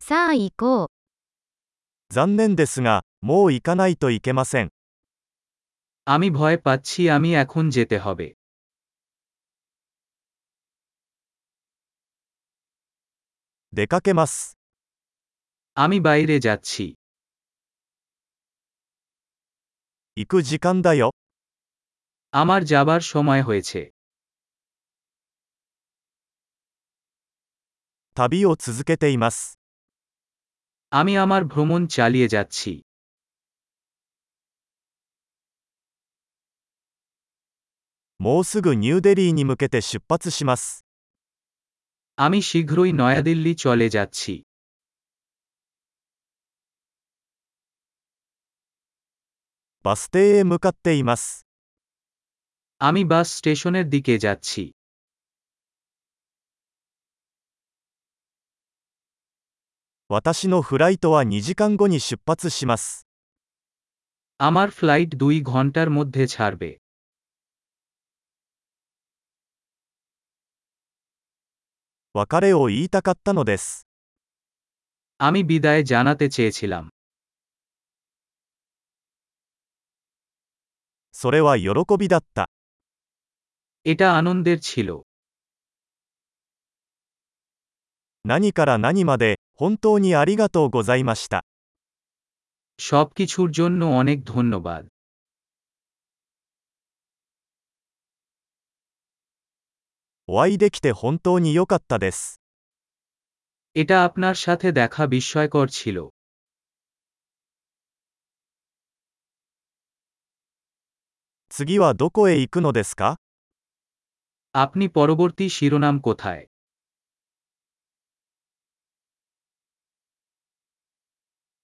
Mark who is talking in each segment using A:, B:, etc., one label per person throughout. A: さあ行こう。
B: 残念ですが、もう行かないといけません。
C: আমি ভয় পাচ্ছি আমি এখন যেতে হবে
B: 出かけます。
C: আমি বাইরে যাচ্ছি
B: 行く時間だよ。
C: আমার যাবার সময় হয়েছে
B: 旅を続けています。
C: আমি আমার ভ্রমণ চালিয়ে যাচ্ছি
B: もうすぐニューデリーに向けて出発します。
C: আমি শীঘ্রই নয়াদিল্লি চলে যাচ্ছি
B: バス停へ向かっています。
C: আমি বাস স্টেশনের দিকে যাচ্ছি
B: 私のフライトは2時間後に出発します。
C: আমার ফ্লাইট দুই ঘন্টার মধ্যে ছাড়বে
B: 別れを言いたかったのです。
C: আমি বিদায় জানাতে চেয়েছিলাম
B: それは喜びだった。
C: এটা আনন্দের ছিল
B: 何から何まで、本当にありがとうございました。
C: সবকিছুর জন্য অনেক ধন্যবাদ
B: お会いできて本当に良かったです。
C: এটা আপনার সাথে দেখা বিস্ময়কর ছিল
B: 次はどこへ行くのですか
C: আপনি পরবর্তী শিরোনাম কোথায়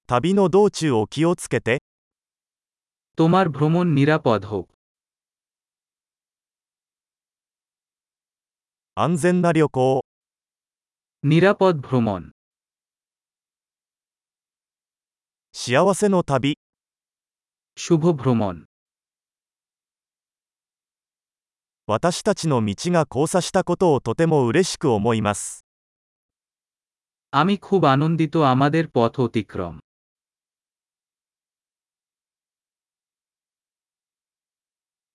B: 旅の道中を気をつけて、
C: তোমার ভ্রমণ নিরাপদ হোক
B: 安全な旅行を。
C: নিরাপদ ভ্রমণ
B: 幸せの旅、
C: শুভ ভ্রমণ
B: 私たちの道が交差したことをとても嬉しく思います。
C: আমি খুব আনন্দিত আমাদের পথ অতিক্রম